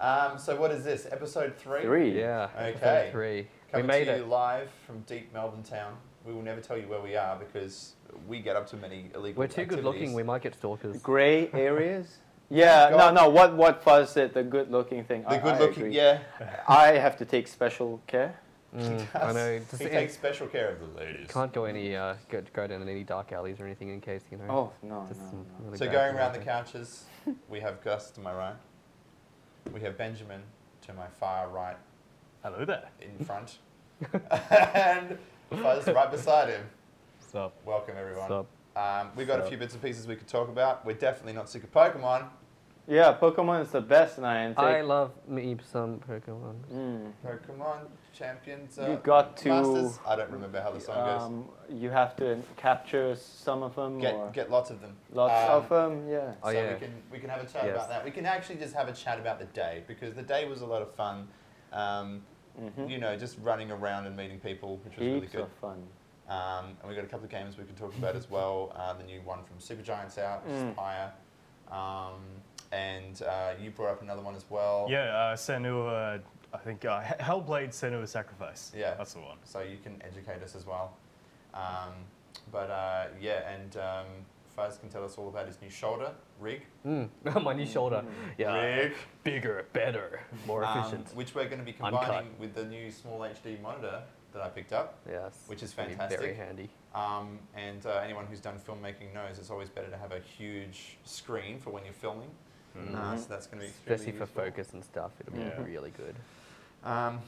Um, so what is this? Episode three. Three. Yeah. episode Okay. Three. Coming we made to it. you live from deep Melbourne town. We will never tell you where we are because we get up to many illegal. We're too good looking. We activities. might get stalkers. Gray areas. Yeah, Go no, on. no. What what was it? The good looking thing. The I- good I looking, agree. yeah. I have to take special care. Mm, I know. Just, he it- takes special care of the ladies. can't go any uh, go, go down in any dark alleys or anything in case you know. Oh no, just no, some no. really So bad going thing around the happens. couches, we have Gus to my right. We have Benjamin to my far right Hello there. in front. and Fuzz right beside him. What's up? Welcome everyone. What's up? Um, we've got a Sup. few bits and pieces we could talk about. We're definitely not sick of Pokemon. Yeah, Pokemon is the best, and I am I take. love me some Pokemon. Mm. Pokemon champions. Uh, You got to- Masters? I don't remember how the song goes. Um, you have to capture some of them or Get, get lots of them. lots Um, of them. Yeah. Oh, so yeah. we can we can have a chat Yes. about that. We can actually just have a chat about the day because the day was a lot of fun. Um, Mhm. You know, just running around and meeting people, which was really Heaps good. of fun. Um, and we got a couple of games we can talk about as well. Uh, the new one from Supergiants out, which is Mm. Pyre. Um, and uh, you brought up another one as well. Yeah, uh, Senua, I think uh, H- Hellblade Senua Sacrifice. Yeah. That's the one. So you can educate us as well. Um, but uh, yeah, and um, Faz can tell us all about his new shoulder rig. Mm. My new shoulder. Mm-hmm. Yeah. Rick. Bigger, better, more um, efficient. which we're going to be combining with the new small HD monitor that I picked up. yes. which is gonna be Very fantastic. handy. Um, and uh, anyone who's done filmmaking knows it's always better to have a huge screen for when you're filming. Uh, Mhm. so that's going to be extremely Mm-hmm. Especially for useful. focus and stuff, it'll be Yeah. really good. Um,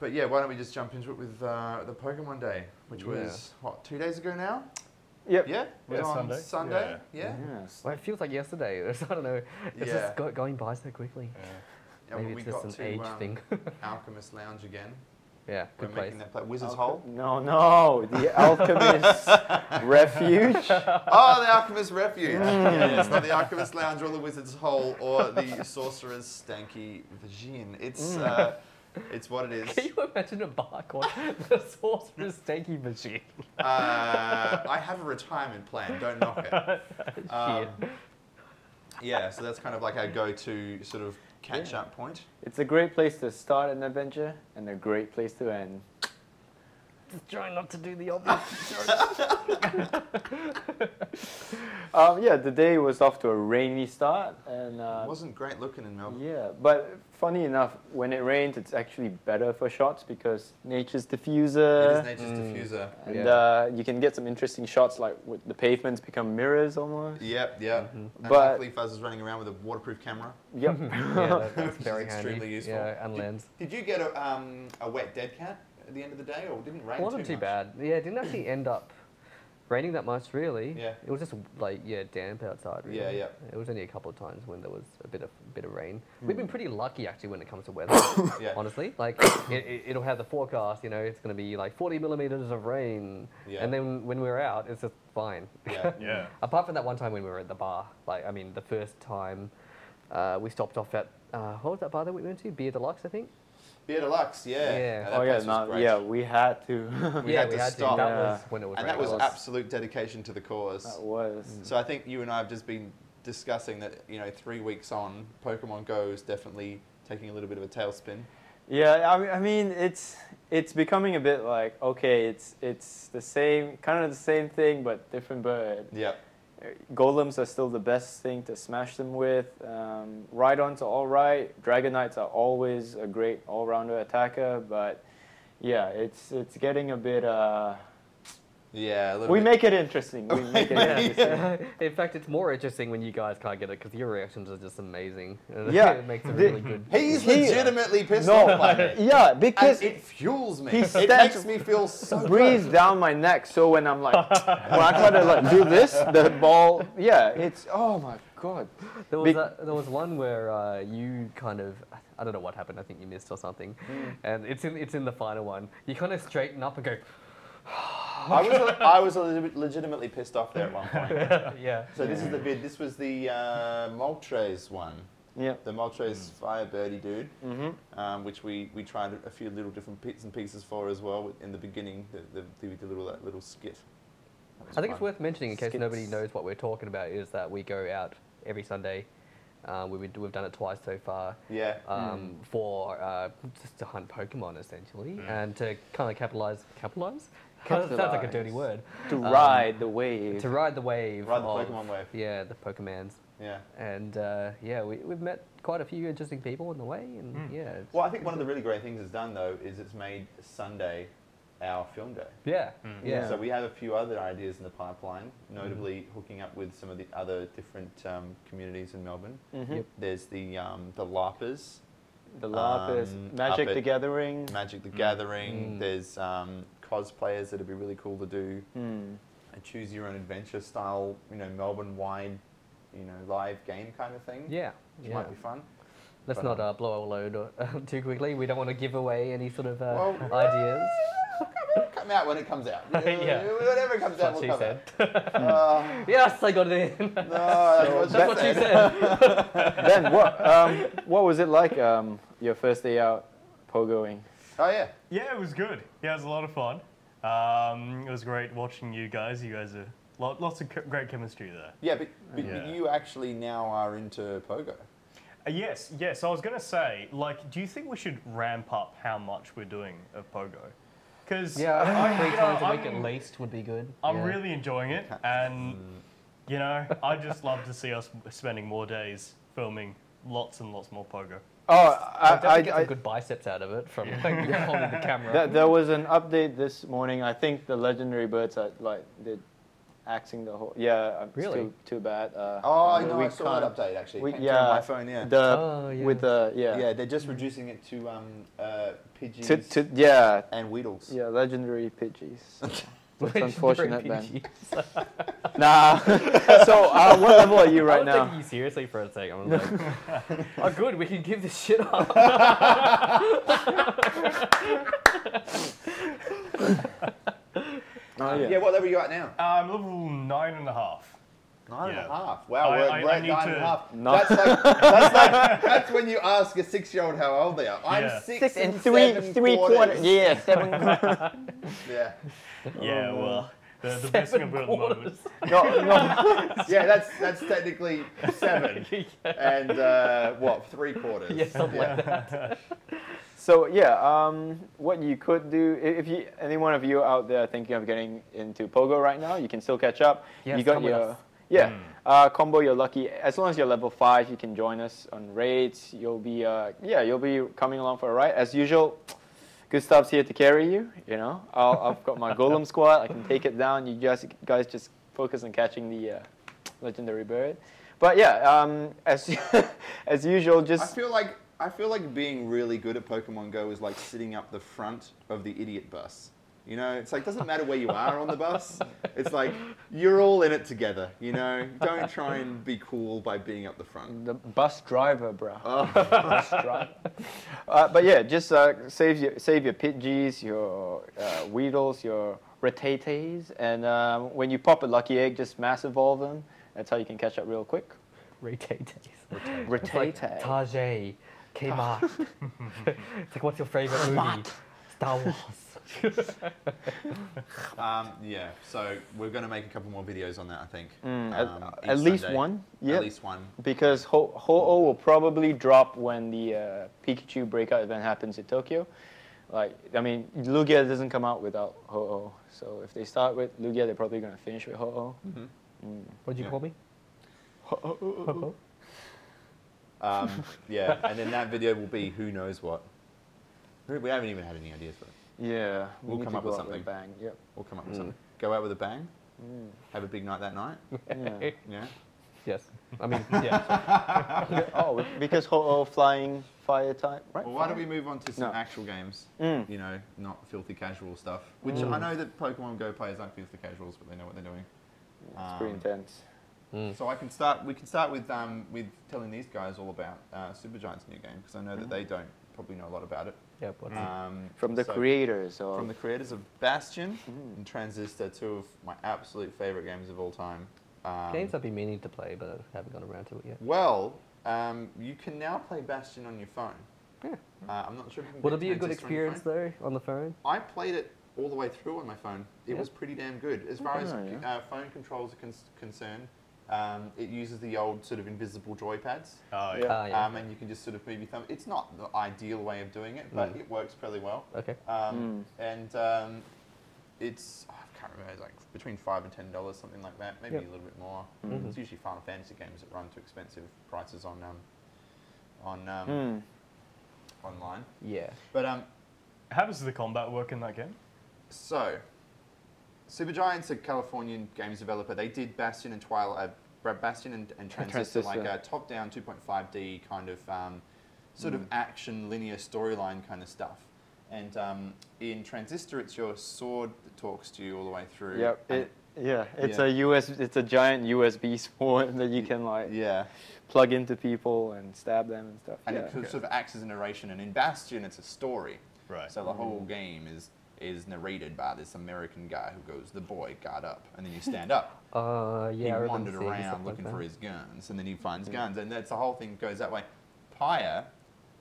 but yeah, why don't we just jump into it with uh, the Pokemon Day, which Yeah. was what two days ago now? Yep. Yeah, was Yeah, on Sunday. Sunday. Mm-hmm. Yeah, Yes. Well, it feels like yesterday. I don't know. It's Yeah. just go, going by so quickly. Yeah, Maybe well, we it's just got an to age um, thing. Alchemist Lounge again. yeah, We're good place. making that play. Wizard's Alche- Hole. No, no, the alchemist refuge. oh, the Alchemist Refuge. yeah, it's not the Alchemist Lounge or the Wizard's Hole or the Sorcerer's Stanky Vagine. It's uh, it's what it Can is. you imagine a bar called the Sorcerer's Stanky Machine? Uh, I have a retirement plan. Don't knock it. Um, yeah, so that's kind of like our go-to sort of catch-up point. It's a great place to start an adventure and a great place to end. Just try not to do the obvious joke. Um, yeah, the day was off to a rainy start, It and uh, wasn't great looking in Melbourne. yeah. But funny enough, when it rains, it's actually better for shots because nature's it diffuser, is nature's diffuser. and Yeah. uh, you can get some interesting shots like with the pavements become mirrors almost. Yep, yep. And But- luckily Fuzz is running around with a waterproof camera. Yep. yeah, that, that's Which is very extremely handy. useful. Yeah, and Did- lens. Did you get a, um, a wet dead cat at the end of the day, or didn't it rain It wasn't too, too much? bad. Yeah, it didn't actually end up raining that much, really. Yeah. It was just like yeah, damp outside. Really. Yeah, yeah. It was only a couple of times when there was a bit of bit of rain. We've been pretty lucky actually when it comes to weather. Yeah. Honestly, like it, it, it'll have the forecast. You know, it's going to be like 40 millimeters of rain, Yeah. and then when we're out, it's just fine. Yeah. Yeah. Apart from that one time when we were at the bar, like I mean, the first time uh, we stopped off at uh, what was that bar that we went to? Beer Deluxe, I think. Beer Deluxe, yeah. Yeah. Now, that oh yeah, place was no, great. yeah, we had to. We had to stop. That Yeah. was when it was. And that raining. was was- absolute dedication to the cause. that was. Mm. So I think you and I have just been discussing that, you know, three weeks on, Pokemon Go is definitely taking a little bit of a tailspin. Yeah, I mean, I mean, it's it's becoming a bit like okay, it's it's the same kind of the same thing but different bird. Yeah. Uh, Golems are still the best thing to smash them with. Um, Rhydons are all right. Dragonites are always a great all-rounder attacker, but yeah, it's it's getting a bit. Uh, Yeah, a little we bit. make it interesting. We make it Yeah. interesting. In fact, it's more interesting when you guys can't get it because your reactions are just amazing. Yeah, it makes a the- really good. He's He- legitimately pissed No. off by me. Yeah, And because it fuels me. He It stands- makes me feel so good. breathes down my neck. So when I'm like, when I try to like do this, the ball, yeah, it's oh my god. There was Big- a, there was one where uh, you kind of I don't know what happened. I think you missed or something, Hmm. and it's in it's in the final one. You kind of straighten up and go, I was, I was a little bit legitimately pissed off there at one point. yeah. So this is the bid. This was the uh, Moltres one, Yeah. the Mm. Moltres Firebirdie dude, hmm Mm-hmm. um, which we, we tried a few little different bits and pieces for as well in the beginning. The, the, the, little that little skit. That was I think fun. it's worth mentioning in case nobody Skits. knows what we're talking about is that we go out every Sunday Uh, we, we- we've done it twice so far. Yeah. um, for uh, just to hunt Pokemon essentially Mm. and to kind of capitalize. Capitalize? That sounds like a dirty Capitalize. word. To Um, ride the wave. To ride the wave. Ride the of- Pokemon wave. Yeah, the Pokemans. Yeah. And uh, yeah, we, we've met quite a few interesting people on the way. And Mm. yeah. it's- Well, I think one of the really great things it's done though is it's made Sunday our film day. yeah. Yeah. Mm. Mm-hmm. So we have a few other ideas in the pipeline, notably hooking up with some of the other different um, communities in Melbourne. Mhm. Yep. There's the um, the LARPers, The LARP is Um, Magic up the at- Gathering. Magic the Gathering. Mm. There's um, cosplayers that'd be really cool to do Hmm. a choose your own adventure style, you know, Melbourne wide, you know, live game kind of thing. yeah. which yeah. might be fun. Let's but, not uh, blow our load uh, too quickly. We don't want to give away any sort of uh, Well- ideas. Come out when it comes out. Yeah. Whatever comes out, That's will what she come said. out. Uh, yes, I got it in. no, that's what, That's what she said. ben, what um, what was it like um, your first day out pogoing? Oh yeah. Yeah, it was good. Yeah, it was a lot of fun. Um, it was great watching you guys. You guys are lot, lots of ch- great chemistry there. Yeah, but, but, Yeah. but you actually now are into pogo. Uh, yes, yes. I was going to say, like, do you think we should ramp up how much we're doing of Pogo? Because Yeah, I think three times a week I'm, at least would be good. I'm Yeah. really enjoying it, and you know, I just love to see us spending more days filming lots and lots more Pogo. Oh, I I, I, definitely get I- some good biceps out of it from like, holding the camera. th- there was an update this morning. I think the legendary birds are like did axing the whole. Yeah, um, it's Really? too, too bad. Uh, Oh, I we- know. we I saw that can't- update actually. we- Came through yeah, on my phone. Yeah. The Oh, yeah. with the yeah yeah. they're just reducing it to um, uh, Pidgeys To, to, yeah and Weedles. yeah legendary pidgeys. That's Legendary unfortunate, Ben. PG. Nah. so uh, what level are you I right was now? taking you seriously for a second. I was like, oh, good, we can give this shit up. Oh, Yeah. What level are you at now? Um, level nine and a half. Nine and a half. Yeah. Wow, I- we're, I- we're I at need nine and a to- half. No. That's, like, that's like that's when you ask a six-year-old how old they are. I'm Yeah. six, Six and and three, seven three quarters. Yeah, seven. Yeah. Yeah, man. well, Oh, the, the best thing Seven about the quarters. moment. no, no. Yeah, that's that's technically seven and uh, what three quarters. Yeah, something like that. So yeah, um, what you could do i- if you any one of you out there thinking of getting into Pogo right now, you can still catch up. Yes, you got come with your us. yeah uh, combo. You're lucky. As long as you're level five, you can join us on raids. You'll be uh, yeah, you'll be coming along for a ride as usual. Gustav's here to carry you. You know, I'll, I've got my golem squad. I can take it down. You guys, guys, just focus on catching the uh, legendary bird. But yeah, um, as as usual, I just feel like I feel like being really good at Pokemon Go is like sitting up the front of the idiot bus. You know, it's like doesn't matter where you are on the bus. It's like you're all in it together. You know, don't try and be cool by being up the front. the bus driver, bro. Oh, That's right. Uh, but yeah, just uh, save your save your Pidgeys, your uh, Weedles, your Rattatas, and um, when you pop a lucky egg, just mass evolve them. That's how you can catch up real quick. Rotate. It's like Rattata. Tajay, Kmart. it's like, what's your favorite movie? Star Wars. um, yeah. So we're gonna make a couple more videos on that. I think. Mm, at- Um, each at, least Sunday. one. Yeah. At least one. Because Ho Ho-Oh will probably drop when the uh, Pikachu breakout event happens in Tokyo. Like, I mean, Lugia doesn't come out without Ho-Oh. So if they start with Lugia, they're probably gonna finish with Ho-Oh. Mhm. What'd you Yeah. call me? Um, yeah, and then that video will be who knows what. We haven't even had any ideas for it. Yeah, we We'll need come to up go with out a something. bang. Yep. We'll come up Mm. with something. Go out with a bang. Have a big night that night. Yeah. Yeah. Yes. I mean, yeah. oh, because Ho-Oh flying fire type, right? Well, why don't we move on to some No. actual games? Mm. You know, not filthy casual stuff. Which I know that Pokemon Go players aren't filthy casuals, but they know what they're doing. It's pretty Um, intense. So I can start. We can start with um, with telling these guys all about uh, Supergiant's new game because I Mm-hmm. know that they don't probably know a lot about it. yeah but Um, From the so- creators or From the creators of Bastion and Transistor, two of my absolute favorite games of all time. Um, Games I've been meaning to play, but I haven't gotten around to it yet. Well, um, you can now play Bastion on your phone. Yeah. Uh, I'm not sure. if you can Would get it be a good Transistor on your experience phone. though on the phone? I played it all the way through on my phone. It Yeah. was pretty damn good. As far as Okay, uh, phone controls are con- concerned, Um, it uses the old sort of invisible joy pads. Oh, Yeah. yeah. Ah, yeah. Um, and you can just sort of move your thumb. It's not the ideal way of doing it, but Mm. it works fairly well. Okay. Um, And um, it's, oh, I can't remember, it's like between 5 and $10, something like that, maybe Yep. a little bit more. Mhm. It's usually Final Fantasy games that run to expensive prices on um, on um, Mm. Hmm. online. Yeah. But um, How does the combat work in that game? so, Supergiant's a Californian games developer. They did Bastion and Twilight, uh, Bastion and, and Transistor, Transistor. like a top-down 2.5D kind of um, sort Mm. of action linear storyline kind of stuff. And um, in Transistor, it's your sword that talks to you all the way through. Yep. And- It, yeah, it's Yeah. a US. It's a giant USB sword that you can like yeah, plug into people and stab them and stuff. and yeah. it sort sort of acts as a narration. And in Bastion, it's a story. Right. So the whole Mm. game is is narrated by this American guy who goes, "The boy got up," and then you stand up. Uh, yeah. I he remember wandered seeing stuff around like looking that. for his guns, and then he finds guns, and that's the whole thing goes that way. Pyre,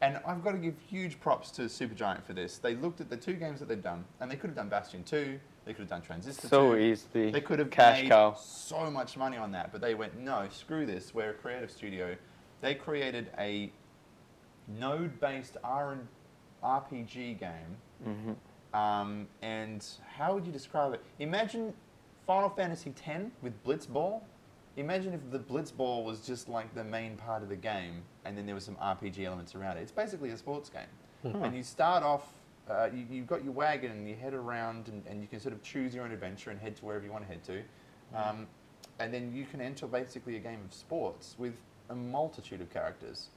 and I've got to give huge props to Supergiant for this. They looked at the two games that they've done, and they could have done Bastion 2, they could have done Transistor so 2. easily. They could have cash made cow. so much money on that, but they went, no, screw this. We're a creative studio. They created a node-based R and RPG game, um, and how would you describe it? Imagine Final Fantasy X with Blitzball. Imagine if the Blitzball was just like the main part of the game, and then there was some RPG elements around it. It's basically a sports game, and you start off. Uh, you, you've got your wagon and you head around and, and you can sort of choose your own adventure and head to wherever you want to head to. Um, and then you can enter basically a game of sports with a multitude of characters.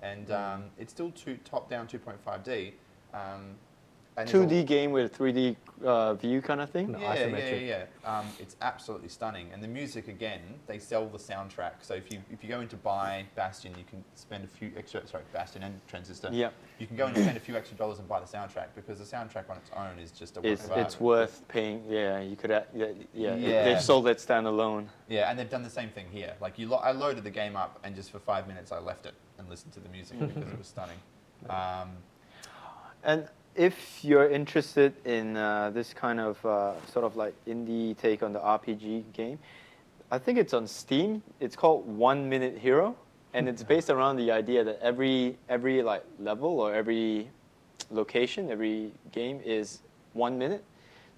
And um, it's still two, top down 2.5D. Um, and there's a- 2D game with a 3D uh, view kind of thing. No. yeah, yeah, isometric. yeah, yeah. Um, it's absolutely stunning, and the music again. They sell the soundtrack, so if you if you go in to buy Bastion, you can spend a few extra. Sorry, Bastion and Transistor. Yep. You can go and spend a few extra dollars and buy the soundtrack because the soundtrack on its own is just a work It's of art. it's worth paying. Yeah, you could. a- Yeah, yeah. Yeah. They've sold it standalone. Yeah, and they've done the same thing here. Like you, lo- I loaded the game up, and just for five minutes, I left it and listened to the music Mm-hmm. because it was stunning. Um, And if you're interested in uh, this kind of uh, sort of like indie take on the RPG game, I think it's on Steam. It's called One Minute Hero, and it's based around the idea that every every like level or every location, every game is one minute.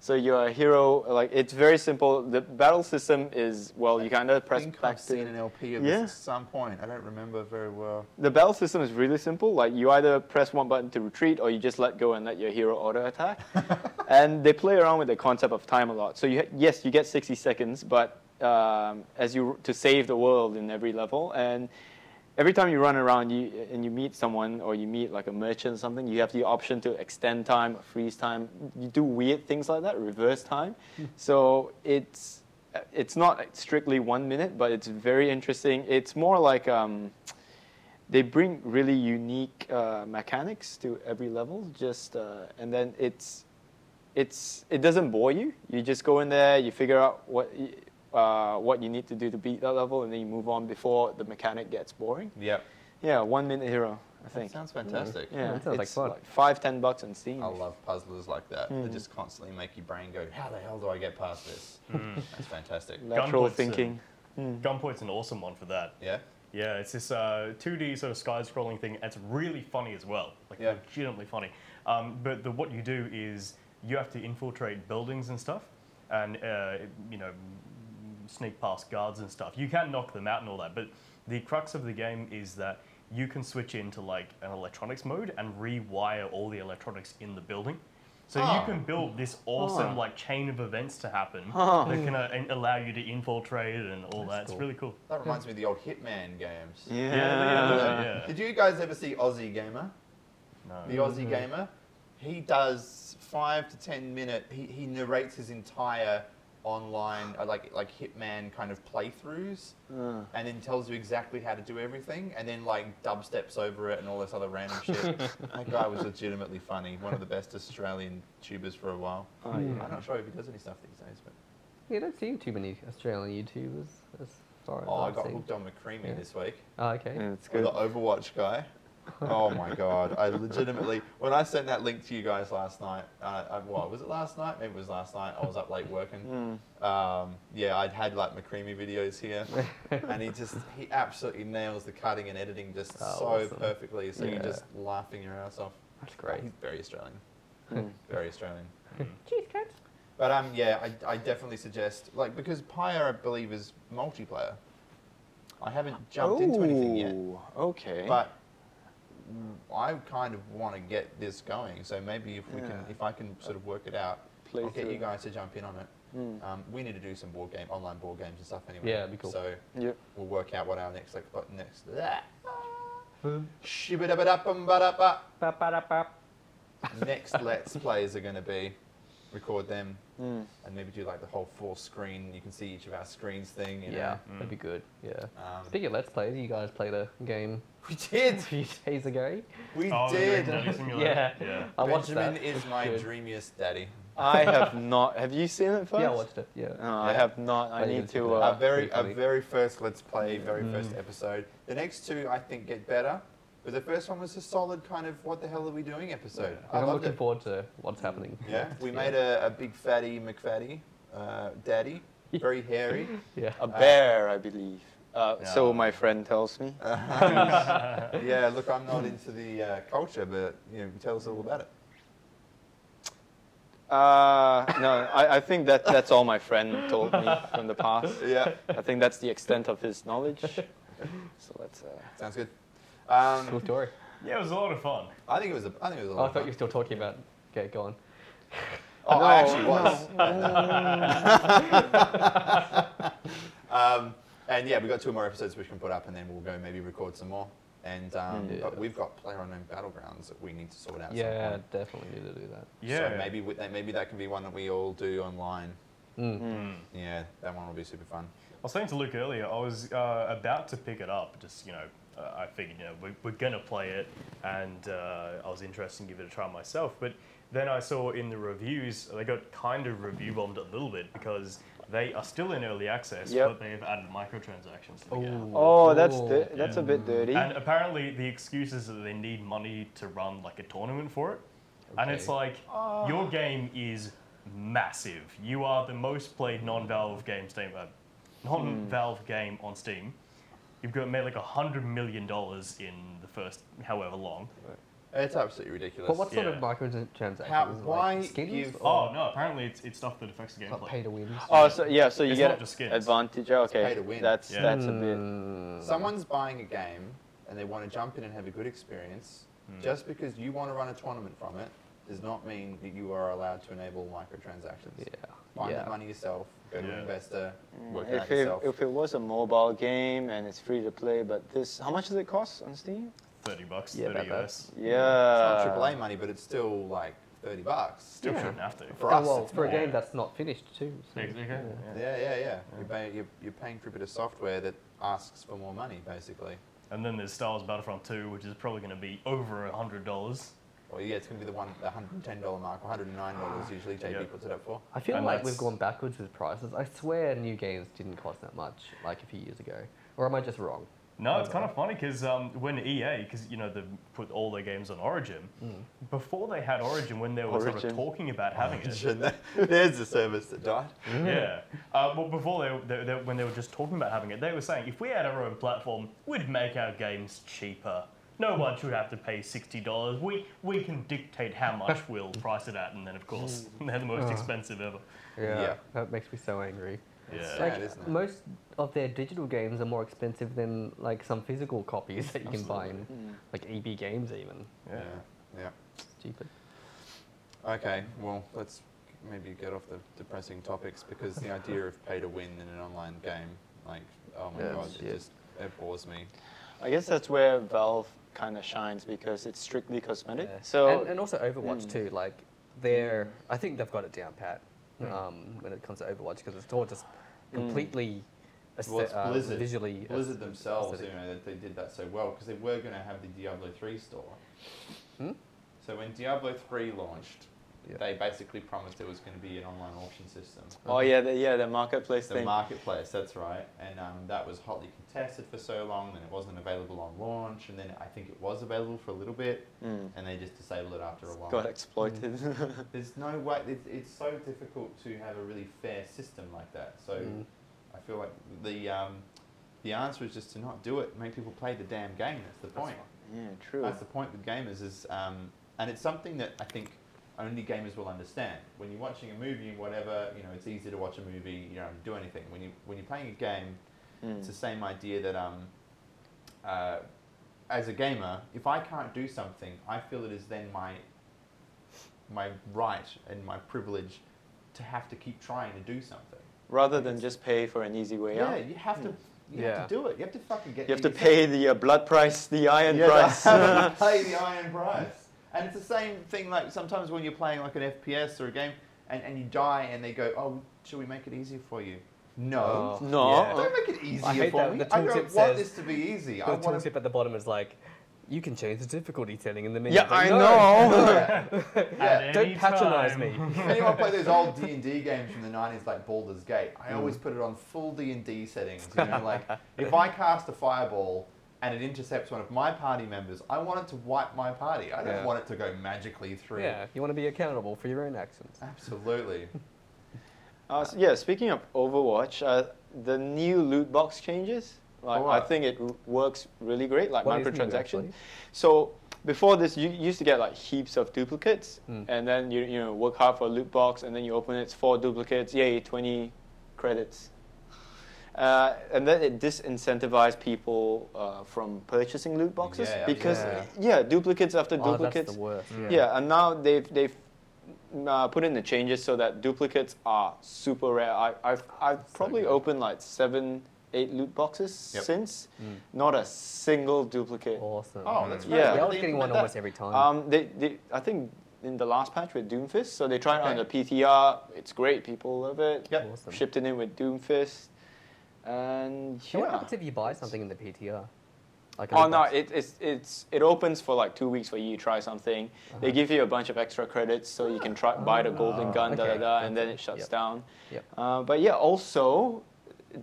So you're a hero. Like it's very simple. The battle system is well, you kind of I press think back I've to seen an LP of Yeah. this at some point. I don't remember very well. the battle system is really simple. Like you either press one button to retreat, or you just let go and let your hero auto attack. and they play around with the concept of time a lot. So you, ha- yes, you get 60 seconds, but um, as you to save the world in every level, and every time you run around you, and you meet someone or you meet like a merchant or something, you have the option to extend time, or freeze time. You do weird things like that, reverse time. so it's it's not strictly one minute, but it's very interesting. It's more like um, they bring really unique uh, mechanics to every level. Just uh, and then it's it's it doesn't bore you. You just go in there, you figure out what y- uh, what you need to do to beat that level, and then you move on before the mechanic gets boring. Yep. Yeah, one minute hero, I think. sounds fantastic. yeah, That sounds like it's fun. five ten bucks on Steam. I love puzzlers like that. They Mm. just constantly make your brain go, how the hell do I get past this? That's fantastic. Lateral Gunblitz, uh, thinking. Gunpoint's an awesome one for that. Yeah? Yeah, it's this uh, 2D sort of side-scrolling thing. It's really funny as well, like Yeah. legitimately funny. Um, but the, what you do is you have to infiltrate buildings and stuff, and uh, you know, sneak past guards and stuff. You can knock them out and all that, but the crux of the game is that you can switch into like an electronics mode and rewire all the electronics in the building. So Ah. you can build this awesome Ah. like chain of events to happen Ah. that can uh, en- allow you to infiltrate and all that. cool. It's really cool. That reminds me of the old Hitman games. Yeah. yeah, yeah, yeah. Did you guys ever see Aussie Gamer? No. The Aussie Mm-hmm. Gamer? He does five to ten minute, he, he narrates his entire online, uh, like, like Hitman kind of playthroughs. Ah. Uh. and then tells you exactly how to do everything, and then like dubsteps over it and all this other random shit. that guy was legitimately funny, one of the best Australian tubers for a while. Oh, yeah. I'm not sure if he does any stuff these days, but You don't see too many Australian YouTubers as far as oh, I I've got seen. hooked on McCreamy Yeah. this week, Oh, okay. Yeah, it's the good. Overwatch guy. Oh my god! I legitimately, when I sent that link to you guys last night, uh, I, what was it last night? Maybe it was last night. I was up late working. Um, yeah, I'd had like McCreamy videos here, and he just he absolutely nails the cutting and editing just Oh, so awesome. perfectly. So Yeah. you're just laughing your ass off. That's great. Hmm. He's very Australian. Mm. Very Australian. But um, yeah, I, I definitely suggest like because Pyre, I believe, is multiplayer. I haven't jumped into anything yet. Ooh, Hmm. Okay. But I kind of want to get this going, so maybe if we can, Yeah. if I can sort of work it out, Play I'll get through. you guys to jump in on it. Hmm. Mm. Um, we need to do some board game, online board games and stuff anyway. Yeah, that'd be cool. So yeah. we'll work out what our next like what next. Ah. Shibidabadabambaraba. Next let's plays are going to be record them Hmm. Mm. and maybe do like the whole full screen. You can see each of our screens thing. You Yeah, Mm. that'd be good. Yeah. Know? Um, Speaking of Let's Plays, you guys played a game we a did. few days ago. We Oh, the did. Daddy Simulator. Yeah. yeah. I watched Benjamin that. is my Good. dreamiest daddy. I have not. Have you seen it first? Yeah, I watched it. Yeah. No, I Yeah. have not. I But you need can check it to. out. our Uh, very, pretty our funny. very first Let's Play, very first Mm. episode. The next two, I think, get better. But the first one was a solid kind of "What the hell are we doing?" episode. Yeah. I I'm loved looking it. Mm, forward to what's happening. Yeah, we made a, a big fatty McFatty, uh, daddy, very hairy. Yeah. a bear, I believe. Uh, So Yeah. my friend tells me. Uh. yeah, look, I'm not into the uh, culture, but you know, tell us all about it. Uh, no, I, I think that that's all my friend told me from the past. Yeah, I think that's the extent of his knowledge. So let's. Uh, sounds good. Cool Um, story. Yeah, it was a lot of fun. I think it was a. I think it was a. Oh, I lot of thought you were fun. still talking about. Okay, go on. Oh, I No, actually was. um, and yeah, we've got two more episodes which we can put up, and then we'll go maybe record some more. And um, Mm. but Yeah. we've got player unknown battlegrounds that we need to sort out. at some Yeah, point. definitely need to do that. Yeah. So maybe we, that- maybe that can be one that we all do online. Mm. Mm. Yeah, that one will be super fun. I was saying to Luke earlier, I was uh, about to pick it up. Just you know, uh, I figured you know we, we're gonna play it, and uh, I was interested in giving it a try myself. But then I saw in the reviews they got kind of review bombed a little bit because they are still in early access, Yep. but they've added microtransactions to the game. oh, that's Ooh. di- that's a bit dirty. And apparently the excuse is that they need money to run like a tournament for it, and it's Okay. like your game is massive. You are the most played non-Valve game Steam, uh, non-Valve game on Steam. You've got made like a hundred million dollars in the first however long. It's absolutely ridiculous. But what sort Yeah. of microtransactions? How- Like why skins give- Oh no! Apparently it's, it's stuff that affects the Like gameplay. pay to win. oh, so yeah, so you It's get not just skins. advantage. Okay, pay to win. Mm. that's Yeah. that's a bit. Someone's buying a game and they want to jump in and have a good experience. Just because you want to run a tournament from it does not mean that you are allowed to enable microtransactions. Yeah. Find yeah. that money yourself, go to Yeah. an investor, work it out If it, yourself. if it was a mobile game and it's free to play, but this, how much does it cost on Steam? Thirty bucks, Yeah, thirty about US. Yeah. it's not AAA money, but it's still like 30 bucks. Still Yeah. shouldn't have to. For Oh, us, well, it's for a more. game that's not finished too. so- Exactly, yeah. Yeah, yeah, yeah. You're, pay, you're, you're paying for a bit of software that asks for more money, basically. And then there's Star Wars Battlefront 2, which is probably going to be over a hundred dollars. Well, yeah, it's going to be the one, the $110 mark, $109 usually JP Yeah. puts it up for. I feel And like we've that's- gone backwards with prices. I swear new games didn't cost that much like a few years ago. Or am I just wrong? No, it's kind of funny because um, when EA, because you know they put all their games on Origin, Mm. before they had Origin, when they were sort of Origin. talking Oh, about having it, There's the service that died. yeah. Uh, well, before they, they, they, when they were just talking about having it, they were saying if we had our own platform, we'd make our games cheaper. No one should have to pay sixty dollars. We we can dictate how much we'll price it at, and then of course Mm. they're the Uh. most expensive ever. Yeah. That makes me so angry. Yeah. Like- Like, isn't it? most of their digital games are more expensive than like some physical copies that you can buy in like EB Games even. Yeah. yeah. Stupid. Okay, well, let's maybe get off the depressing topics because the idea of pay to win in an online game, like, oh my Yeah, god, it's- it yeah. just it bores me. I guess that's where Valve kind of shines because it's strictly cosmetic. So and, and also Overwatch Mm. too. Like they're, I think they've got it down pat Hmm. um, when it comes to Overwatch because it's all just completely aesthe- Well, it's uh, Blizzard. visually Blizzard themselves, you aesthetic. know, that they did that so well because they were going to have the Diablo 3 store. Hmm? So when Diablo 3 launched, Yeah. they basically promised there was going to be an online auction system. Oh yeah, the, yeah, the marketplace The thing. marketplace, that's right. And um, that was hotly contested for so long, then it wasn't available on launch, and then I think it was available for a little bit, Mm. Mm-hmm. and they just disabled it after a while. Got exploited. There's no way, it's, it's so difficult to have a really fair system like that. So Mm. I feel like the, um, the answer is just to not do it, make people play the damn game, that's the point. yeah, true. That's the point with gamers is, um, and it's something that I think only gamers will understand. When you're watching a movie, whatever, you know, it's easy to watch a movie. You don't have to do anything. When you when you're playing a game, Mm. Hmm. it's the same idea that um, uh, as a gamer, if I can't do something, I feel it is then my my right and my privilege to have to keep trying to do something. Rather than just pay for an easy way Yeah, out, you have Hmm. to. You Yeah. have to do it. You have to fucking get. you have to yourself- pay the uh, blood price, the iron Yeah, price. they pay the iron price. And it's the same thing like sometimes when you're playing like an FPS or a game and, and you die and they go, Oh, should we make it easier for you? No. Oh, No. yeah. Don't make it I easier hate for that. me. The I don't tooltip want says- this to be easy. I The want tooltip at the bottom is like, you can change the difficulty setting in the menu. yeah, It's like, I "No, know. Yeah. Don't patronize me. Anyone play those old D and D games from the nineties like Baldur's Gate? Mm. I always put it on full D and D settings. You know, like if I cast a fireball and it intercepts one of my party members, I want it to wipe my party. I don't Yeah. want it to go magically through. Yeah, you want to be accountable for your own actions. Absolutely. Uh, s- yeah, speaking of Overwatch, uh, the new loot box changes. Like, Oh, I wow. think it r- works really great, like What is new, microtransactions. actually? So before this, you you used to get like heaps of duplicates, Mm. and then you you know work hard for a loot box, and then you open it, it's four duplicates, yay, twenty credits. Uh, and then it disincentivized people uh, from purchasing loot boxes Yeah, because absolutely. yeah, duplicates after Oh, duplicates. that's the worst. Mm. Yeah, and now they've they've uh, put in the changes so that duplicates are super rare. I, I've I've probably good. opened like seven, eight loot boxes Yep. since, Mm. not a single duplicate. Awesome. Oh, that's Yeah. great. Why Yeah, I did was they getting one implement almost that? every time. Um, they, they I think in the last patch with Doomfist, so they tried it on the Okay. PTR. It's great, people love it. Yep. Awesome. Shipped it in with Doomfist, and So What yeah. happens if you buy something in the PTR? Like a Oh loot no! box? It, it's it's it opens for like two weeks for you to try something. They Uh-huh. give you a bunch of extra credits so you can try buy the golden Ah, gun, da da okay. da, and That's then it. it shuts Yep. down. Yep. Uh, but yeah, also,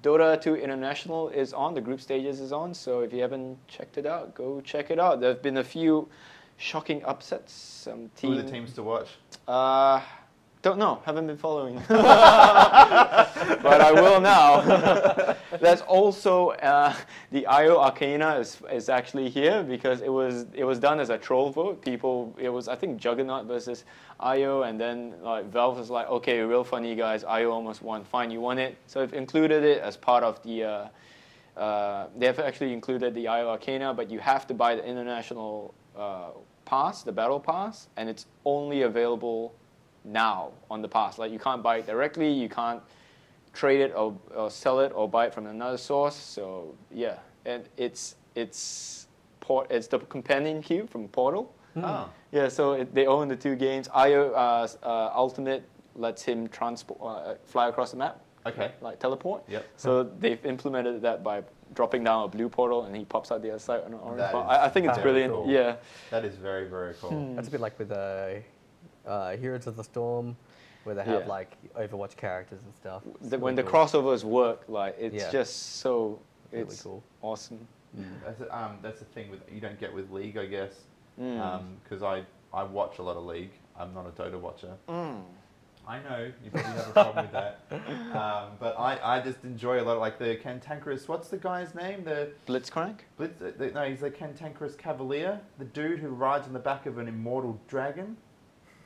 Dota 2 International is on. The group stages is on. So if you haven't checked it out, go check it out. There have been a few shocking upsets. Some Who team, are the teams to watch? Uh, don't know. Haven't been following. but I will now. There's also uh, the IO Arcana is, is actually here because it was it was done as a troll vote. People, it was I think Juggernaut versus IO, and then like Valve was like, okay, real funny guys, IO almost won. Fine, you won it. So they've included it as part of the. Uh, uh, they have actually included the IO Arcana, but you have to buy the international uh, pass, the battle pass, and it's only available now on the pass. Like you can't buy it directly, you can't trade it or, or sell it or buy it from another source. So yeah, and it's it's port it's the companion cube from Portal. Mm. Oh. Yeah, so it, they own the two games. IO uh, s- uh, Ultimate lets him transport uh, fly across the map Okay. like teleport. Yep. So they've implemented that by dropping down a blue portal and he pops out the other side on an orange That portal. is I, I think it's very brilliant. cool. Yeah. That is very, very cool. That's a bit like with uh, uh, Heroes of the Storm, where they have Yeah. like Overwatch characters and stuff. It's The, when really the cool. crossovers work, like it's Yeah. just so Really it's cool. awesome. That's, a- um, that's the thing with you don't get with League, I guess, Mm. because I, I watch a lot of League. I'm not a Dota watcher. I know you probably have a problem with that, um, but I, I just enjoy a lot of like the cantankerous. What's the guy's name? The Blitzcrank? Blitz? uh, the- no, he's the cantankerous cavalier, the dude who rides on the back of an immortal dragon,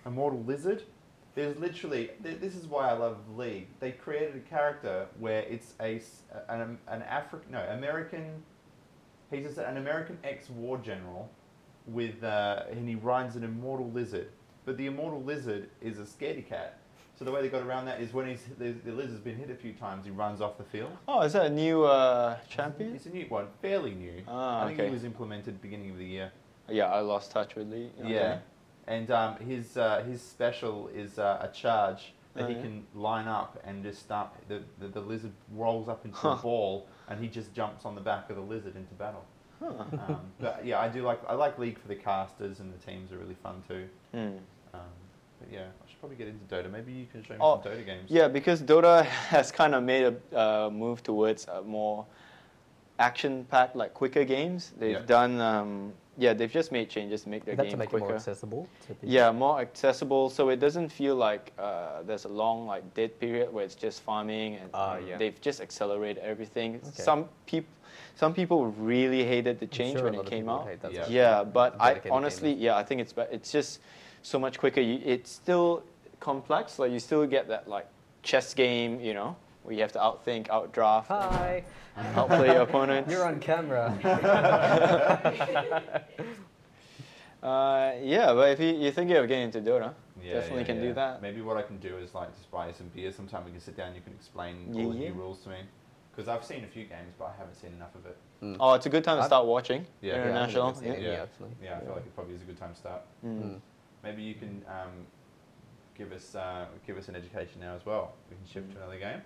immortal lizard. There's literally th- this is why I love League. They created a character where it's a s- an um, an African no American. He's just an American ex-war general, with uh, and he rides an immortal lizard. But the immortal lizard is a scaredy cat. So the way they got around that is when he's the, the lizard's been hit a few times, he runs off the field. Oh, is that a new uh, champion? It's a new one, fairly new. Ah, I think okay. it was implemented beginning of the year. Yeah, I lost touch with Lee. Okay. Yeah, and um, his uh, his special is uh, a charge that Oh, he yeah. can line up and just start. The, the, the lizard rolls up into a ball, and he just jumps on the back of the lizard into battle. Huh. Um, but yeah, I do like I like League for the casters, and the teams are really fun too. Hmm. Um, But yeah, I should probably get into Dota. Maybe you can show me Oh, some Dota games. Yeah, because Dota has kind of made a uh, move towards uh, more action-packed, like quicker games. They've Yeah. done, um, yeah, they've just made changes to make their That game to make it quicker. more accessible to people. yeah, more accessible, so it doesn't feel like uh, there's a long like dead period where it's just farming, and Ah, um, yeah. they've just accelerated everything. Okay. Some people, some people really hated the I'm change sure a when lot it of came people out. would hate that Yeah. sort of Yeah, thing. but I Dedicated honestly, gamers. yeah, I think it's be- it's just so much quicker. You, it's still complex. Like you still get that like chess game, you know, where you have to outthink, outdraft, Hi. and outplay your opponents. You're on camera. Uh, yeah, but if you, you're thinking of getting into Dota, Yeah, definitely yeah, can yeah. do that. Maybe what I can do is like just buy you some beer sometime. We can sit down. You can explain Yeah, all the yeah. new rules to me because I've seen a few games, but I haven't seen enough of it. Oh, it's a good time to I've- start watching. Yeah. Yeah, I haven't international. seen it. yeah. Yeah, actually. Yeah, I feel like it probably is a good time to start. Hmm. Mm. Mm. Maybe you can um, give us uh, give us an education now as well. We can shift to another game.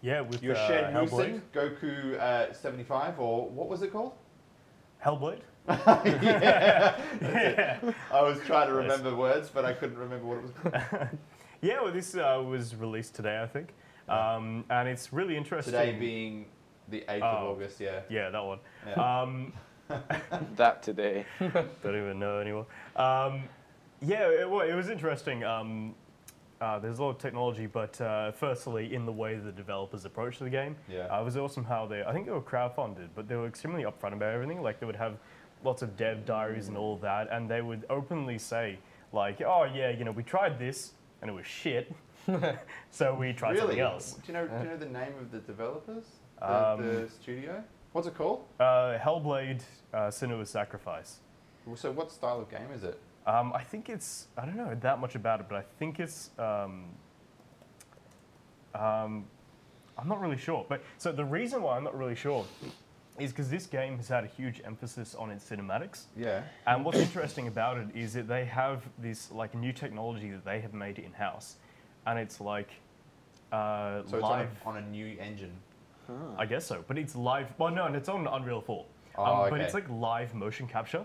Yeah, with Your uh, Shed Hellblade. Musen, Goku uh, 75, or what was it called? Hellblade. yeah, that's it. yeah. I was trying to Nice. remember words, but I couldn't remember what it was called. yeah, well, this uh, was released today, I think, um, and it's really interesting. Today being the 8th of Oh. August, yeah. yeah, that one. yeah. Um, That today. don't even know anymore. Um, yeah, it, wa it was interesting. Um, uh, there's a lot of technology, but uh, firstly, in the way the developers approached the game, Yeah. uh, it was awesome how they. I think they were crowdfunded, but they were extremely upfront about everything. Like they would have lots of dev diaries and all that, and they would openly say, like, "Oh yeah, you know, we tried this and it was shit, so we tried really? something else." Do you know? Do you know the name of the developers? The, Um, the studio. What's it called? Uh, Hellblade: uh, Sinuous Sacrifice. So, what style of game is it? Um, I think it's I don't know that much about it, but I think it's um, um, I'm not really sure. But so the reason why I'm not really sure is because this game has had a huge emphasis on its cinematics. Yeah. And Mm. what's interesting about it is that they have this like new technology that they have made in house, and it's like uh, So live. it's on a, on a new engine. I guess so, but it's live. Well, no, and it's on Unreal 4. Oh, But okay. it's like live motion capture.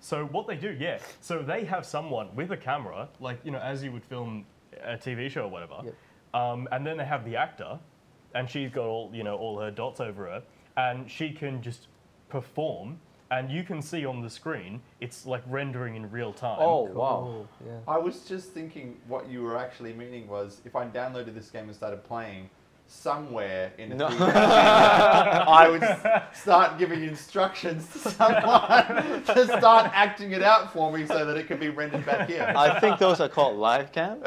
So what they do, yeah. So they have someone with a camera, like you know, as you would film a TV show or whatever, Yep. um, and then they have the actor, and she's got all you know all her dots over her, and she can just perform, and you can see on the screen it's like rendering in real time. Oh wow. Cool, Yeah. I was just thinking what you were actually meaning was if I downloaded this game and started playing somewhere in the No. 3D I would s- start giving instructions to someone to start acting it out for me so that it could be rendered back here. I think those are called live cam. Oh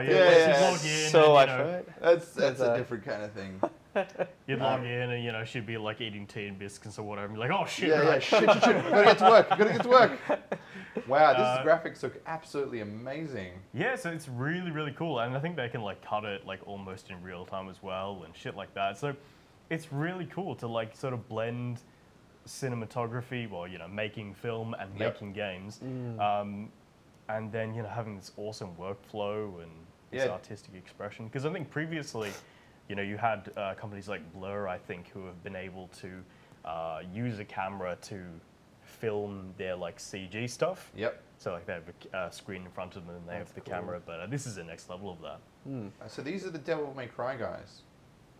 yeah, Yeah, once you log in, so and, I've you know, heard. That's that's a uh, different kind of thing. you'd log in, and you know she'd be like eating tea and biscuits or whatever, and be like, oh shit, Yeah, yeah, right. shit, shit, shit. Gotta get to work. Gotta get to work. Wow, this Uh, graphics look absolutely amazing. Yeah, so it's really really cool, and I think they can like cut it like almost in real time as well and shit like that. So it's really cool to like sort of blend cinematography, well you know making film and Yep. Mm. making games, um, and then you know having this awesome workflow and this Yeah. artistic expression. Because I think previously, you know, you had uh, companies like Blur, I think, who have been able to uh, use a camera to film their like CG stuff. Yep. So like they have a uh, screen in front of them and they have the camera, but uh, this is the next level of that. Uh, So these are the Devil May Cry guys.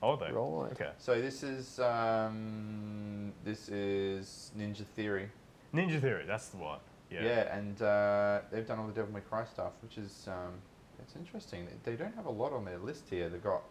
Oh, they. Right. Okay. So this is um, this is Ninja Theory. Ninja Theory, that's the one. Yeah. Yeah, and uh, they've done all the Devil May Cry stuff, which is um, that's interesting. They they don't have a lot on their list here. They've got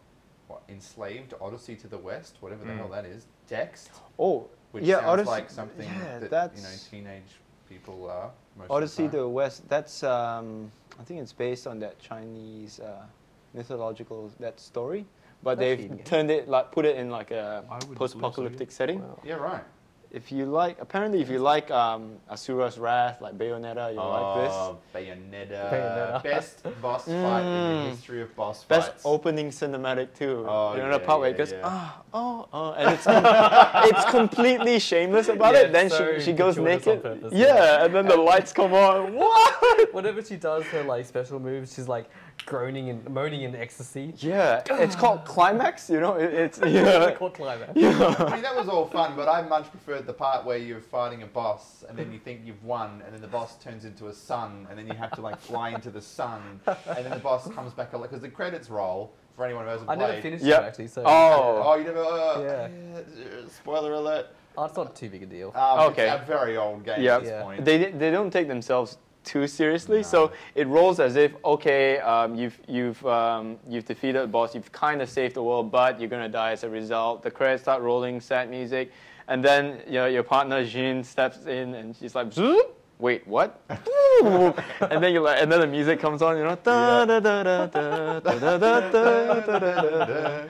what Enslaved, Odyssey to the West, whatever the Mm. hell that is, Dext, Oh, which yeah, sounds Odyssey, like something yeah, that that's you know teenage people are. Most Odyssey of the to time. the West. That's um, I think it's based on that Chinese uh, mythological that story, but That's they've Indian. turned it like put it in like a I would believe so, post-apocalyptic setting. Wow. Yeah, right. If you like, apparently, if you like um, Asura's Wrath, like Bayonetta, you like this. Oh, Bayonetta. Bayonetta. Best boss fight in the Mm. history of boss Best fights. opening cinematic too. Oh, you know yeah, the part where it yeah, goes yeah. ah oh oh, and it's it's completely shameless about Yeah, it. Then so she she goes gratuitous on naked. purpose, yeah, yeah. and then the lights come on. What? Whenever she does her like special moves, she's like groaning and moaning in ecstasy. Yeah, it's called climax. You know, it, it's yeah. Called climax. I mean, that was all fun, but I much prefer the, the part where you're fighting a boss and then you think you've won and then the boss turns into a sun and then you have to like fly into the sun and then the boss comes back because the credits roll for anyone who hasn't I played. never finished Yep. it actually, so Oh, Oh, you never. Uh, Yeah. yeah, Spoiler alert. oh, it's not too big a deal. Um, Okay. It's a very old game Yeah. at this Yeah. point. they they don't take themselves too seriously. So No. it rolls as if okay, um, you've you've um, you've defeated the boss, you've kind of saved the world, but you're gonna die as a result. The credits start rolling, sad music, and then you know, your partner Jin steps in and she's like, "Zoop, wait, what? and then you like, and then the music comes on, you know, da da da da da da da da da da da.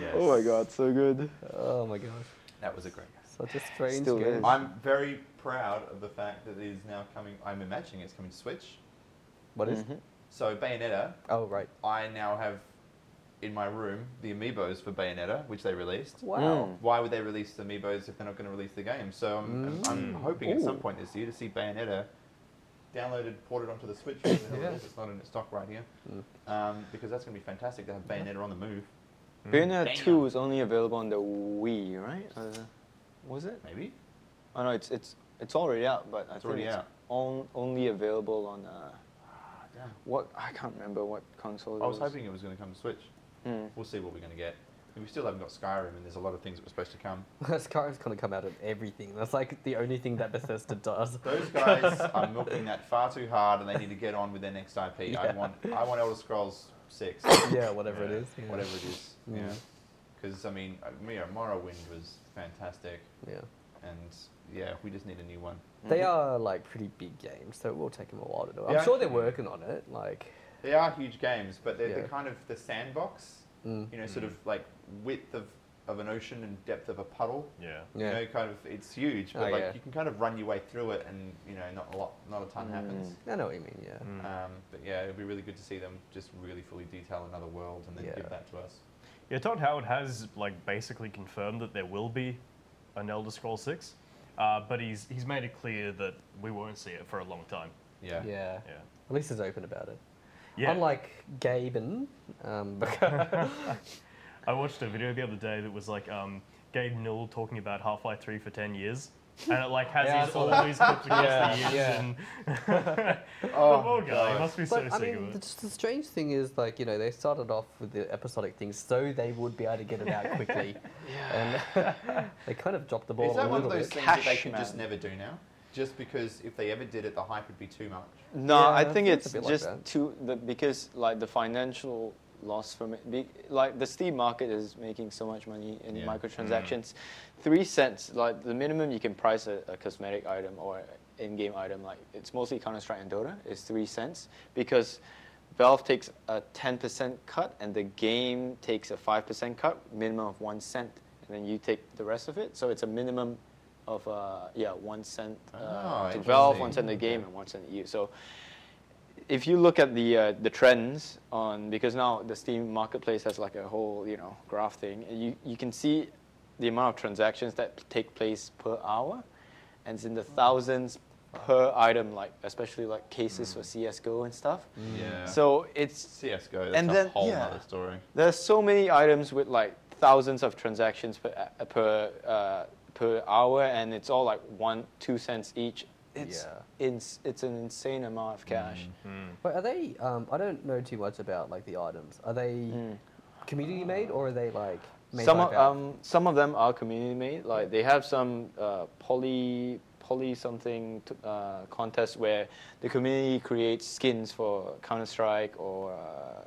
Yes. Oh my god, so good. Oh my gosh, That was a great game. such a strange Still game. is. I'm very proud of the fact that it is now coming. I'm imagining it's coming to Switch. What is- Mhm. So Bayonetta, Oh right. I now have in my room the amiibos for Bayonetta, which they released. Wow. Mm. Why would they release the amiibos if they're not going to release the game? So I'm, I'm- I'm Mm. hoping at some Ooh. point this year to see Bayonetta downloaded, ported onto the Switch. whatever the hell it Yeah. is, It's not in stock right here. Mm. Um, because that's going to be fantastic to have Bayonetta on the move. Bayonetta Mm. Damn. 2 was only available on the Wii, right? Uh, was it? Maybe? Oh no, it's it's it's already out, but I It's think already it's out. on, only available on uh, Ah, damn. what I can't remember what console. I was it hoping it was going to come to Switch. Hmm. We'll see what we're going to get. And we still haven't got Skyrim, and there's a lot of things that were supposed to come. Skyrim's gonna come out of everything. That's like the only thing that Bethesda does. Those guys are milking that far too hard, and they need to get on with their next IP. I Yeah. want, I want Elder Scrolls Six, yeah, whatever it Yeah, is. Yeah. whatever it is. Mm. Yeah, because I mean, uh, yeah, Morrowind was fantastic, Yeah. and yeah, we just need a new one. They Mhm. are like pretty big games, so it will take them a while to do. it. I'm Yeah. sure they're working on it. Like, They are huge games, but they're, they're Yeah. kind of the sandbox. mm, You know, sort Mm. of like width of, of an ocean and depth of a puddle. Yeah. You yeah. know, kind of it's huge, but Oh, like yeah. you can kind of run your way through it, and you know, not a lot, not a ton Mm. happens. I know what you mean. Yeah. Mm. Um, but yeah, it'd be really good to see them just really fully detail another world and then Yeah. give that to us. Yeah, Todd Howard has like basically confirmed that there will be an Elder Scroll Six, uh, but he's he's made it clear that we won't see it for a long time. Yeah. Yeah. Yeah. At least it's open about it. Yeah. Unlike Gaben, um, because I watched a video the other day that was like um, Gabe Newell talking about Half-Life Three for ten years, and it like has Yeah, I his, saw all that. these clips across Yeah, the years. yeah. And Oh, the poor guy, he God. must be so but I sick mean, of the, it. just the strange thing is like you know they started off with the episodic things so they would be able to get it out quickly, and they kind of dropped the ball Is that a one little of those bit. things that they Cash can just man. never do now? Just because if they ever did it, the hype would be too much. No, Yeah, I I think think it's it's a bit like just that. too the, because like the financial loss from it, be, like the Steam market is making so much money in Yeah. microtransactions. Three cents, like the minimum you can price a, a cosmetic item or in-game item, like it's mostly Counter Strike and Dota, is three cents because Valve takes a ten percent cut and the game takes a five percent cut, minimum of one cent, and then you take the rest of it. So it's a minimum. Of uh, yeah, one cent Ah, uh, to Valve, interesting. one cent to the game, and one cent to you. So if you look at the uh, the trends on because now the Steam marketplace has like a whole you know graph thing, and you you can see the amount of transactions that take place per hour, and it's in the Hmm. thousands per item, like especially like cases for CS:GO and stuff. Hmm. Mm. Yeah. So it's CS:GO, that's And a then- whole yeah. other story. there's so many items with like thousands of transactions per uh, per uh, per hour, and it's all like one two cents each. It's ins- it's an insane amount of cash. But are they? Um, I don't know too much about like the items. Are they Mm. community made or are they like made some by of, Valve? um, some of them are community made. Like they have some uh, poly poly something t- uh, contest where the community creates skins for Counter Strike or uh,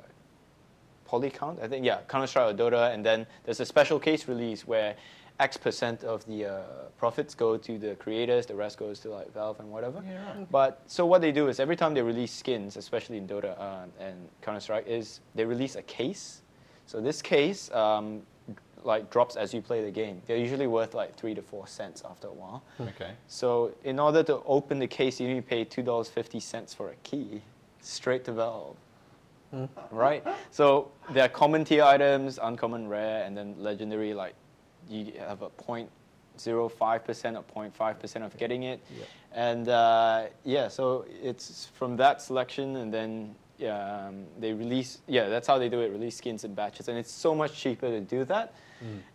Polycount. I think yeah, Counter Strike or Dota, and then there's a special case release where X percent of the uh, profits go to the creators, the rest goes to like Valve and whatever. Yeah, right. But so what they do is every time they release skins, especially in Dota uh, and Counter Strike, is they release a case. So this case um, like drops as you play the game. They're usually worth like three to four cents after a while. Okay. So in order to open the case, you need to pay two dollars fifty cents for a key, straight to Valve. Right. So there are common tier items, uncommon, rare, and then legendary. Like you have a point zero five percent or 05 percent of getting it, Yep. and uh, yeah. So it's from that selection, and then um, they release. Yeah, that's how they do it. Release skins in batches, and it's so much cheaper to do that,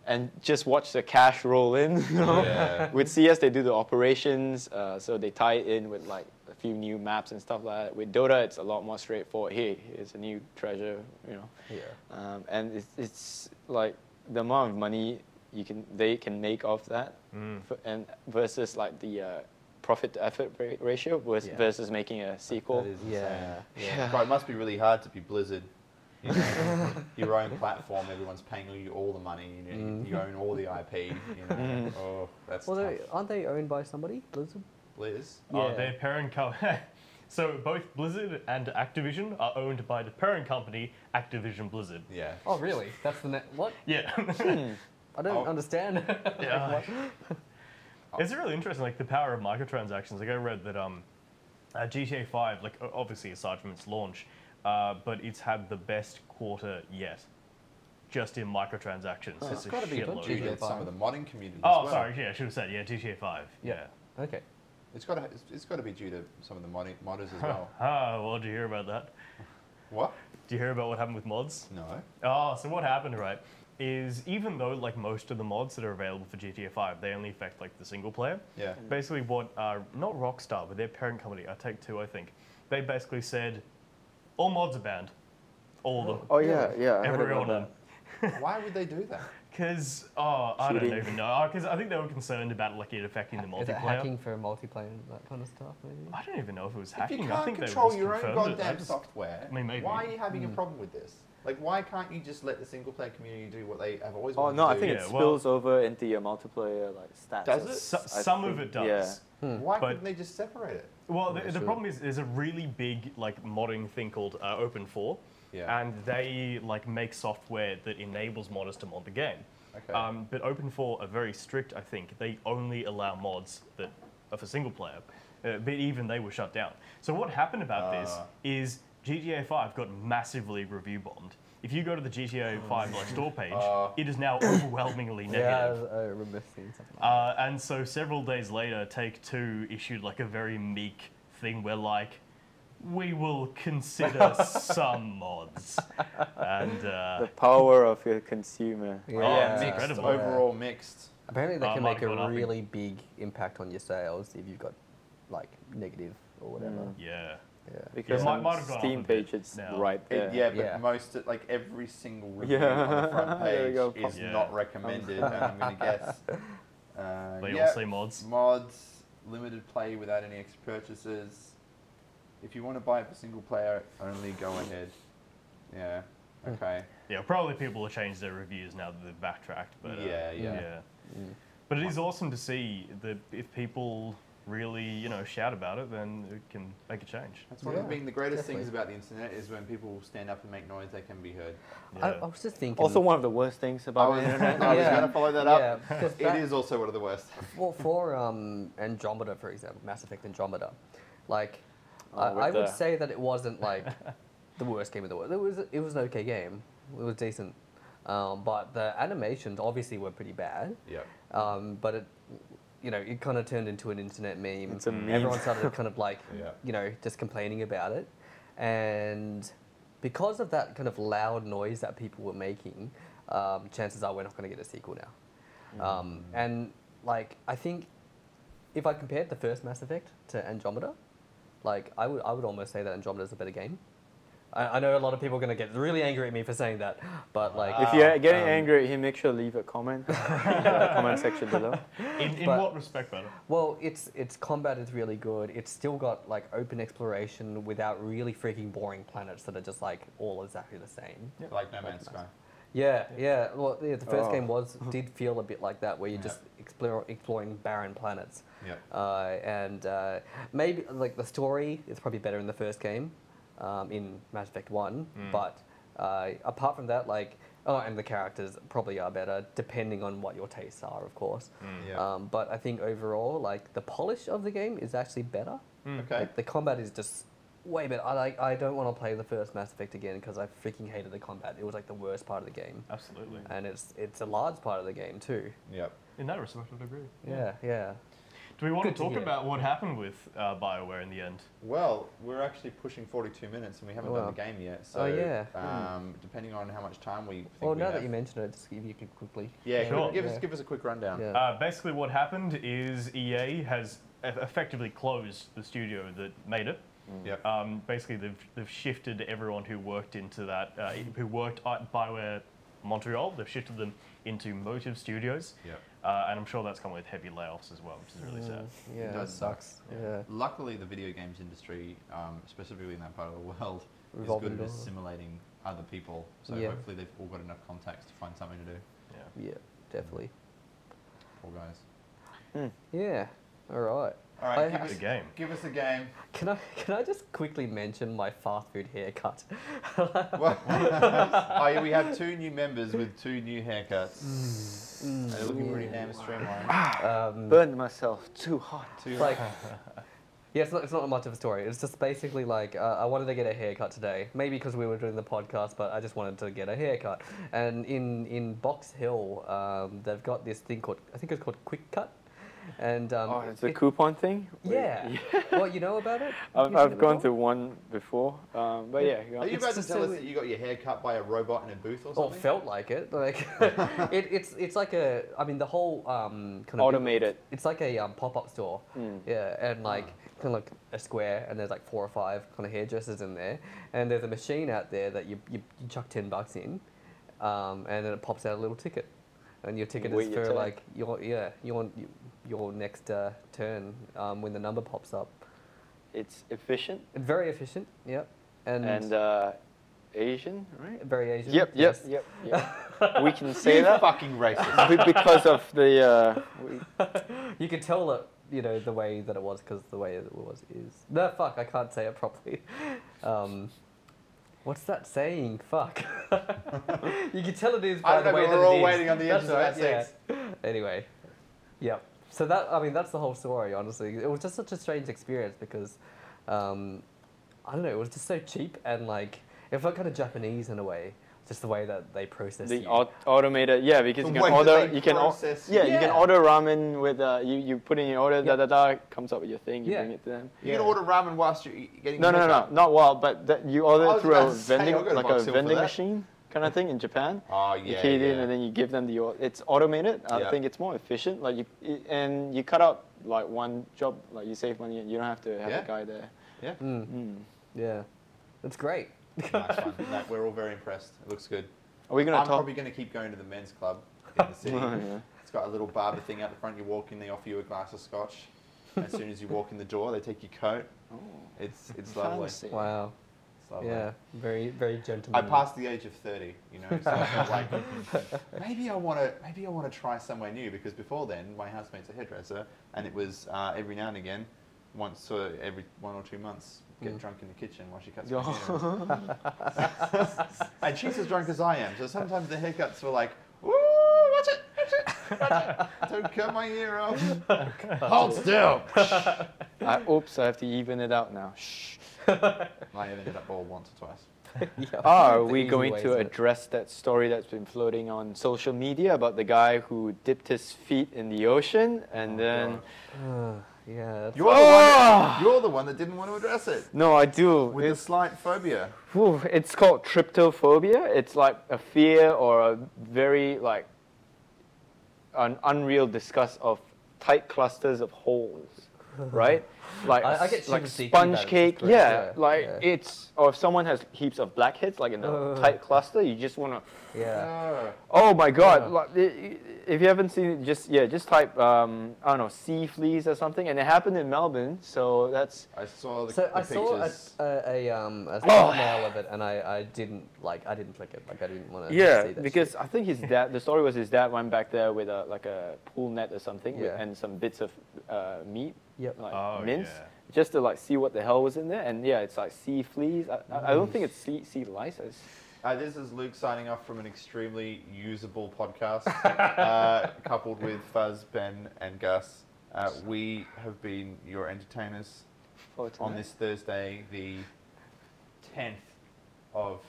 and just watch the cash roll in. You know? Yeah. with CS, they do the operations, uh, so they tie it in with like a few new maps and stuff like that. With Dota, it's a lot more straightforward. Hey, here's a new treasure. You know, Yeah. um, and it's, it's like the amount of money you can they can make off that, Mm. f- and versus like the uh, profit to effort ra- ratio versus, Yeah. versus making a sequel. That is Yeah. insane. Bro, it must be really hard to be Blizzard. You know, your own platform, everyone's paying you all the money. You, know, you- you own all the IP. You know. Oh, that's Mm. Well, they, tough. aren't they owned by somebody? Blizzard. Blizz. Uh, Yeah. their parent company. so both Blizzard and Activision are owned by the parent company, Activision Blizzard. Yeah. Oh, really? That's the net. What? Yeah. I Oh. don't understand. yeah. it's really interesting, like the power of microtransactions. Like I read that um, uh, GTA 5, like o- obviously aside from its launch, uh, but it's had the best quarter yet, just in microtransactions. it's It's a got to be shitload. due to GTA Oh, some of the modding community. Oh, as well. sorry. Yeah, I should have said yeah. GTA 5. Yeah. okay. It's got to. It's, it's got to be due to some of the modding, modders as well. Ah, well, did you hear about that? what? Do you hear about what happened with mods? No. Oh, so what happened, right? Is even though like most of the mods that are available for GTA 5, they only affect like the single player. Yeah. Basically, what uh, not Rockstar, but their parent company, I Take Two, I think, they basically said all mods are banned, all of them, Oh yeah, yeah. I heard every about one of them. that. Why would they do that? Because oh, I don't Cheating. even know. Because I think they were concerned about like it affecting the Is it multiplayer. hacking for multiplayer and that kind of stuff? Maybe. I don't even know if it was if hacking. you I can't think they control just your own confirmed it. I goddamn just- software, I mean, maybe. Hmm. why are you having a problem with this? Like, why can't you just let the single player community do what they have always Oh wanted no, to I do? think it Yeah, well- spills over into your multiplayer like stats. Does and it? So- s- I some of think- it does. Hmm. Why but- couldn't they just separate it? Well, the, that's the true. problem is there's a really big like modding thing called uh, Open Four, Yeah. and they like make software that enables modders to mod the game. Okay. Um, but Open Four are very strict. I think they only allow mods that are for single player. Uh, but even they were shut down. So what happened about this Ah. is GTA 5 got massively review bombed. If you go to the GTA 5 like store page, Ah. it is now overwhelmingly negative. Yeah, I, was- I remember seeing Oh, something. Like Uh, and so several days later, Take Two issued like a very meek thing where like, we will consider some mods, and uh, The power of your consumer. that. yeah, Oh, it's Mixed, incredible. Overall mixed. Apparently, they Uh, can might make go a nothing. really big impact on your sales if you've got like negative or whatever. Mm. yeah, Yeah. Because might- on might have gone up a Steam bit page, it's now. right It- there. yeah, but Yeah. most like every single review on the front Yeah. There you go, page is pop- not Yeah. recommended, and I'm going to guess. Uh, they yeah, all say mods. mods, limited play without any extra purchases. If you want to buy it for single player, only go ahead. Yeah. Hmm. Okay. Yeah, probably people will change their reviews now that they've backtracked, but uh, Yeah, yeah. But it is awesome to see that if people really you know shout about it, then it can make a change. That's one of Yeah, the, being the greatest things definitely. about the internet is when people stand up and make noise, they can be heard. Oh, Yeah. I, I was just thinking. Also, one of the worst things I about was, the internet. I was Yeah. going to follow that yeah, up. because It that- is also one of the worst. Well, for um, Andromeda, for example, Mass Effect Andromeda, like Oh, I, with I would the- say that it wasn't like the worst game in the world. It was it was an okay game. It was decent, um, but the animations obviously were pretty bad. Yeah. Um, but it, you know, it kind of turned into an internet meme. It's a meme. Everyone started kind of like, Yeah. you know, just complaining about it, and because of that kind of loud noise that people were making, um, chances are we're not going to get a sequel now. Um, and like, I think if I compared the first Mass Effect to Andromeda, like I would I would almost say that Andromeda is a better game. I, I know a lot of people are going to get really angry at me for saying that, but like, If you're getting um, angry at him, make sure to leave a comment in the comment section below. In, in But- what respect, better? Well, it's its combat is really good. It's still got like open exploration without really freaking boring planets that are just like all exactly the same. Like No Man's Sky. Yeah, yeah. Well, yeah, the first Oh. game was did feel a bit like that, where you're just explore, exploring barren planets. Yeah. Uh, and uh, maybe like the story is probably better in the first game, um, in Mass Effect One. But uh, apart from that, like oh, and the characters probably are better depending on what your tastes are, of course. Hmm. Yeah. Um, but I think overall, like the polish of the game is actually better. Hmm. okay. Like the combat is just way better. I like. I don't want to play the first Mass Effect again because I freaking hated the combat. It was like the worst part of the game, Absolutely. and it's it's a large part of the game too. Yep. In that respect, I'd agree. Yeah, yeah. To Do we want Good to to talk hear. about what happened with uh, Bioware in the end? Well, we're actually pushing 42 minutes and we haven't Wow. done the game yet. So, Oh, yeah. um, depending on how much time we think Well, we now have. that you mention it, just if you could quickly. Yeah, Yeah. give- Sure. give, Yeah. Us, give us a quick rundown. Yeah. Uh, basically, what happened is EA has e- effectively closed the studio that made it. Yep. Um, basically, they've, they've shifted everyone who worked into that, uh, who worked at Bioware Montreal. They've shifted them into Motive Studios, Yep. uh, and I'm sure that's come with heavy layoffs as well, which is Mm. really sad. Yeah. does sucks. suck. Yeah. Luckily, the video games industry, um, specifically in that part of the world, is Revolving good at door. assimilating other people. So Yeah. hopefully, they've all got enough contacts to find something to do. Yeah. Yeah, definitely. Poor guys. Yeah. All right. All I right, give have- us, The game. give us a game. Can I can I just quickly mention my fast food haircut? Well, oh, yeah, we have two new members with two new Mm. haircuts. And They're looking pretty damn streamlined. um, Burned myself too hot. Two- like yeah it's not, it's not much of a story it's just basically like uh, i wanted to get a haircut today maybe because we were doing the podcast but i just wanted to get a haircut and in in box hill um, they've got this thing called i think it's called quick cut and um, oh, it's a it- coupon thing? Wait, yeah well you know about it I've, You've seen it I've gone before? through one before, um, but yeah. go Are on. you it's about to just tell so us we- that you got your hair cut by a robot in a booth or Oh, or something? felt like it like it, it's it's like a i mean the whole um, kind of Automated. Mm. it's like a um, pop-up store yeah and like Ah. kind of like a square and there's like four or five kind of hairdressers in there and there's a machine out there that you, you, you chuck 10 bucks in um, and then it pops out a little ticket and your ticket Wait is your for turn. like your yeah your your next uh, turn um, when the number pops up It's efficient very efficient yep and, and, uh, Asian, right? very Asian Yep, yep, yes. yep, yep. we can say that fucking racist. be- because of the. Uh, we, You could tell that you know the way that it was because the way that it was is no fuck. I can't say it properly. Um, what's that saying? Fuck. you could tell it is by I don't the know, way but that we're it all is. waiting on the edge That's of that right, sentence. yeah. Anyway, yep. So that I mean that's the whole story. Honestly, it was just such a strange experience because um, I don't know. It was just so cheap and like it felt kind of Japanese in a way. Just the way that they process the you. au- automated, yeah, because The you can way that order, they you can, o- process yeah, you can Yeah. order ramen with, uh, you, you put in your order, Yeah. da da da, comes up with your thing, you Yeah. bring it to them. You can order ramen whilst you're eat- getting No, your no, no, hair no, cut. not well, but that you I order was through about a to say, vending, I'll go to like Box Hill a for vending that. machine kind of thing in Japan. Oh, you yeah. key it in yeah. and then you give them the or- it's automated i Yeah. think it's more efficient like you i- and you cut out like one job like you save money and you don't have to have Yeah. a guy there yeah. Mm, yeah, that's great. nice one. No, we're all very impressed. It looks good. are we going I'm to talk probably going to keep going to the men's club in the city. Yeah. It's got a little barber thing out the front. You walk in, they offer you a glass of scotch. As soon as you walk in the door, they take your coat. It's it's lovely. It's Oh, Fancy. Wow. lovely. Yeah, very very I gentlemanly. passed the age of thirty, you know. So I felt like maybe I want to maybe I want to try somewhere new because before then my housemate's a hairdresser and it was uh, every now and again, once or every one or two months, get Mm. drunk in the kitchen while she cuts my hair. Yeah. And she's as drunk as I am, so sometimes the haircuts were like, ooh, watch it, watch it, watch it. Don't cut my ear off. Hold still. I, oops i have to even it out now Shh. I have ended up bald once or twice. Yeah, are the we easy going way, to isn't it? address that story that's been floating on social media about the guy who dipped his feet in the ocean and Oh, then God. Uh, yeah. that's- You're, the one that, Ah! you're the one that didn't want to address it no i do with a it's, slight phobia. Whew, it's called tryptophobia. It's like a fear or a very like an unreal disgust of tight clusters of holes, right? Like I- I s- get like shivers thinking about sponge it, cake. it's gross, Yeah, yeah, like yeah. it's or if someone has heaps of blackheads, like in a Ugh. tight cluster, you just wanna. yeah. Ah. Oh my god! Yeah. Like, i- i- if you haven't seen it, just yeah, just type um, I don't know sea fleas or something, and it happened in Melbourne, so that's I saw the, So the I saw a, pictures. a, a um a Oh. thumbnail of it, and I, I didn't like I didn't click it. Like I didn't want to. Yeah, see that because shit. I think his dad. The story was his dad went back there with a like a pool net or something, with- Yeah. and some bits of uh, meat, Yep. like Oh, mince, yeah. just to like see what the hell was in there. And yeah, it's like sea fleas. I, I- I don't think it's sea sea lice. It's, Uh, this is Luke signing off from an extremely usable podcast, uh, coupled with Fuzz, Ben, and Gus. Uh, we have been your entertainers for on tonight. this Thursday, the 10th of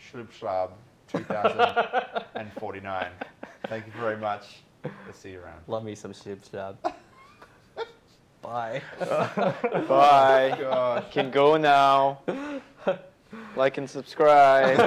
Schlubschlab 2049. Thank you very much. We'll see you around. Love me some shib shab. Bye. Bye. Gosh. Can go now. Like and subscribe.